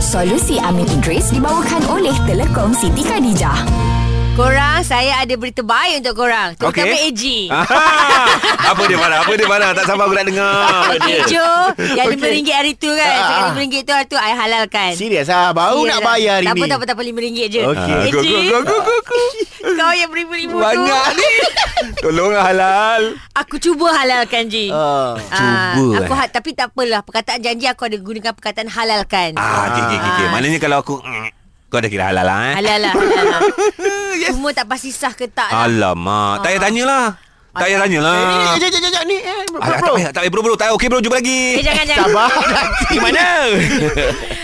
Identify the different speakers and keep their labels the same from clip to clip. Speaker 1: Solusi Amin Idris dibawakan oleh Telekom Siti Khadijah.
Speaker 2: Korang, saya ada berita baik untuk korang. Terutama okay.
Speaker 3: Okey.
Speaker 2: AG.
Speaker 3: Ah, apa dia marah? Apa dia marah? Tak sabar aku nak dengar. Apa dia?
Speaker 2: Ejo yang RM5 hari tu kan.
Speaker 4: Ah,
Speaker 2: Cakap
Speaker 4: ah.
Speaker 2: RM5 tu hari tu I halalkan.
Speaker 4: Serius ah, baru
Speaker 2: Serius
Speaker 4: nak
Speaker 2: lah.
Speaker 4: bayar hari
Speaker 2: tak
Speaker 4: ni.
Speaker 2: Apa, tak apa, tak apa, RM5 je.
Speaker 4: Okey.
Speaker 3: Ah,
Speaker 2: AG,
Speaker 3: go, go, go, go, go, go.
Speaker 2: kau yang RM5,000 tu.
Speaker 3: Banyak ni. Tolong lah, halal.
Speaker 2: Aku cuba halalkan, Ji.
Speaker 4: Ah.
Speaker 2: Ah,
Speaker 3: Cuba,
Speaker 2: aku
Speaker 3: eh.
Speaker 2: ha- Tapi tak apalah Perkataan janji aku ada gunakan perkataan halalkan
Speaker 3: Ah, okey, okey, okey. Okay. Maknanya kalau aku... mm, Kau dah kira halal lah eh?
Speaker 2: Halal lah halal lah. Semua tak pasti sah ke tak lah.
Speaker 3: Alamak. Tak payah tanyalah. Tak payah tanyalah.
Speaker 4: Eh, ni, jap, jap, jap, jap, ni. Eh, bro,
Speaker 3: Alah, tak
Speaker 4: bro.
Speaker 3: payah, tak payah. Bro, bro. Tak payah. Okey, bro. Jumpa lagi.
Speaker 2: Eh jangan jangan
Speaker 4: Sabar nanti mana?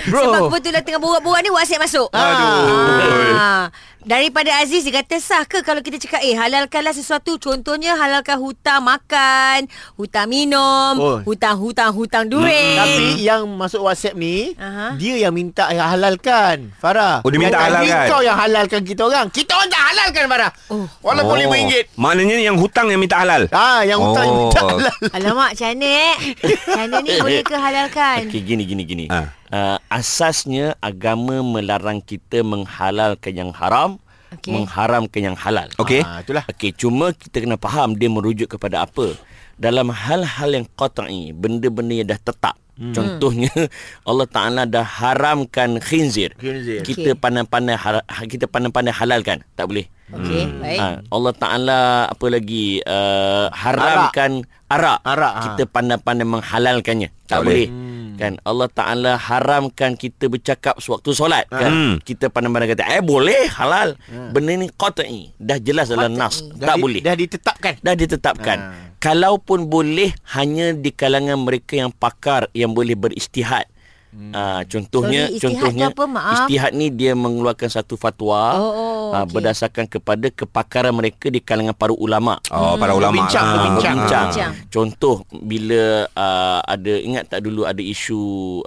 Speaker 4: Bro.
Speaker 2: Sebab kebetulan tengah borak-borak ni WhatsApp masuk.
Speaker 3: Aduh.
Speaker 2: Ah. Daripada Aziz dia kata sah ke kalau kita cakap eh halalkanlah sesuatu contohnya halalkan hutang makan, hutang minum, oh.
Speaker 4: Oh.
Speaker 2: hutang-hutang hutang
Speaker 3: Hmm,
Speaker 2: duit.
Speaker 4: Tapi yang masuk WhatsApp ni
Speaker 2: Aha.
Speaker 4: Dia yang minta yang halalkan Farah
Speaker 3: Oh, dia
Speaker 4: Yang
Speaker 3: minta
Speaker 4: tadi
Speaker 3: halalkan.
Speaker 4: Kau yang halalkan kita orang Kita orang tak halalkan Farah
Speaker 2: Oh.
Speaker 4: Walaupun
Speaker 3: Oh.
Speaker 4: RM5
Speaker 3: Maknanya yang hutang yang minta halal.
Speaker 4: Ah, yang hutang yang minta
Speaker 3: Oh.
Speaker 4: halal
Speaker 2: Alamak, macam mana eh? Macam mana ni boleh ke halalkan?
Speaker 5: Okey gini gini gini.
Speaker 3: Ha.
Speaker 5: Ha. Uh, asasnya agama melarang kita menghalalkan yang haram,
Speaker 2: Okey.
Speaker 5: okay. mengharamkan yang halal.
Speaker 3: Okey.
Speaker 4: ah, Itulah
Speaker 5: Okey, cuma kita kena faham dia merujuk kepada apa. Dalam hal-hal yang qat'i, benda-benda yang dah tetap. Hmm. Contohnya Allah Taala dah haramkan khinzir.
Speaker 4: Khinzir.
Speaker 5: Kita
Speaker 2: Okey.
Speaker 5: pandai-pandai har- kita pandai-pandai halalkan, tak boleh.
Speaker 2: Okey,
Speaker 3: Hmm.
Speaker 2: baik.
Speaker 3: Ah.
Speaker 5: Ha, Allah Taala apa lagi uh, haramkan arak.
Speaker 4: Arak, ha.
Speaker 5: Kita pandai-pandai menghalalkannya. Tak,
Speaker 3: Tak boleh.
Speaker 5: boleh. Hmm. Kan Allah Taala haramkan kita bercakap sewaktu solat kan.
Speaker 3: Hmm.
Speaker 5: Kita pandai-pandai kata eh boleh halal. Benda ni qat'i. Dah jelas dalam nas.
Speaker 4: Dah
Speaker 5: Tak
Speaker 4: di-
Speaker 5: boleh.
Speaker 4: Dah ditetapkan
Speaker 5: Dah ditetapkan.
Speaker 4: Ha.
Speaker 5: Kalaupun boleh hanya di kalangan mereka yang pakar yang boleh beristihad. Hmm. contohnya
Speaker 2: Sorry, istihad
Speaker 5: contohnya
Speaker 2: tu apa? Maaf.
Speaker 5: istihad ni dia mengeluarkan satu fatwa
Speaker 2: Oh, oh,
Speaker 5: ah,
Speaker 2: okey.
Speaker 5: berdasarkan kepada kepakaran mereka di kalangan para ulama.
Speaker 3: Oh, para ulama.
Speaker 4: Berbincang,
Speaker 3: lah.
Speaker 4: berbincang.
Speaker 5: Bincang.
Speaker 2: Bincang.
Speaker 5: Contoh bila uh, ada ingat tak dulu ada isu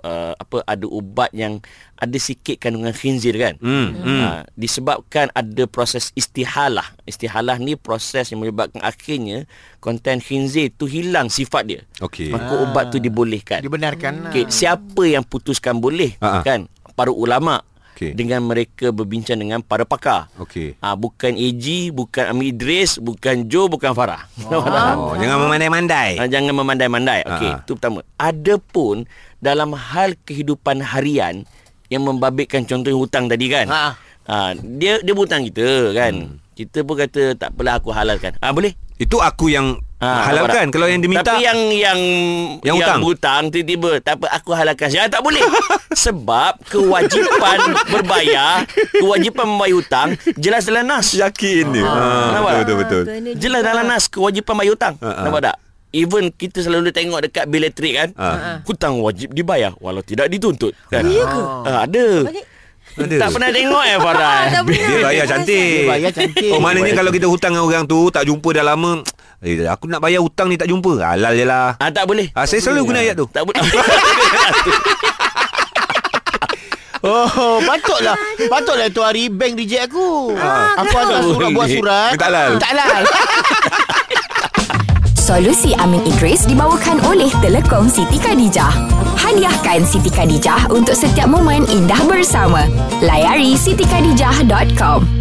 Speaker 5: uh, apa ada ubat yang ada sikit kandungan khinzir kan?
Speaker 3: Hmm, hmm.
Speaker 5: Ha, disebabkan ada proses istihalah. Istihalah ni proses yang menyebabkan akhirnya konten khinzir tu hilang sifat dia.
Speaker 3: Okey.
Speaker 5: Maka ubat tu dibolehkan.
Speaker 4: Dibenarkan lah.
Speaker 5: Okey, siapa yang putuskan boleh
Speaker 3: Ha, ha.
Speaker 5: kan? Para ulama.
Speaker 3: Okey.
Speaker 5: Dengan mereka berbincang dengan para pakar.
Speaker 3: Okey.
Speaker 5: Ah bukan AG, bukan Amir Idris, bukan Joe, bukan Farah. Farah.
Speaker 3: Oh, jangan memandai-mandai.
Speaker 5: Ah, jangan memandai-mandai. Okey,
Speaker 3: Ah.
Speaker 5: itu pertama. Adapun dalam hal kehidupan harian yang membabitkan contoh hutang tadi kan.
Speaker 4: Ha.
Speaker 5: Ah, dia dia hutang kita kan. Kita pun kata tak apalah aku halalkan. Ah boleh.
Speaker 3: Itu aku yang
Speaker 5: Ah,
Speaker 3: halalkan.
Speaker 5: nampak tak?
Speaker 3: Kalau yang diminta.
Speaker 5: Tapi yang yang
Speaker 3: Yang hutang?
Speaker 5: berhutang tiba-tiba tak apa aku halalkan. Ya tak boleh. Sebab kewajipan berbayar, kewajipan membayar hutang jelas dalam nas.
Speaker 3: yakin dia. Ha,
Speaker 5: Nampak
Speaker 3: betul,
Speaker 5: tak?
Speaker 3: betul, betul.
Speaker 2: Kena
Speaker 5: Jelas
Speaker 2: juga.
Speaker 5: dalam nas kewajipan bayar hutang.
Speaker 3: Ha, ha.
Speaker 5: Uh-huh. Nampak tak? Even kita selalu tengok dekat bil elektrik kan.
Speaker 3: Ha.
Speaker 5: Uh-huh. Hutang wajib dibayar walau tidak dituntut kan.
Speaker 2: Ya ke?
Speaker 5: Ah, ada.
Speaker 2: Balik.
Speaker 3: Ada.
Speaker 5: Tak pernah tengok eh Farah.
Speaker 2: Ah, tak pernah.
Speaker 3: Dia bayar cantik.
Speaker 4: Dia bayar cantik.
Speaker 3: Oh, maknanya kalau kita hutang dengan orang tu tak jumpa dah lama. Eh, aku nak bayar hutang ni tak jumpa. Halal je lah.
Speaker 5: Ah tak boleh.
Speaker 3: Ah, saya selalu guna ayat tu.
Speaker 5: Tak boleh.
Speaker 4: Oh, patutlah. Patutlah tu hari bank reject aku. aku
Speaker 2: Ah, kenapa?
Speaker 4: hantar surat buat surat.
Speaker 3: Minta halal.
Speaker 4: Tak halal.
Speaker 1: Solusi Amin Idris dibawakan oleh Telekom Siti Khadijah. Hadiahkan Siti Khadijah untuk setiap momen indah bersama. Layari sitikhadijah.com.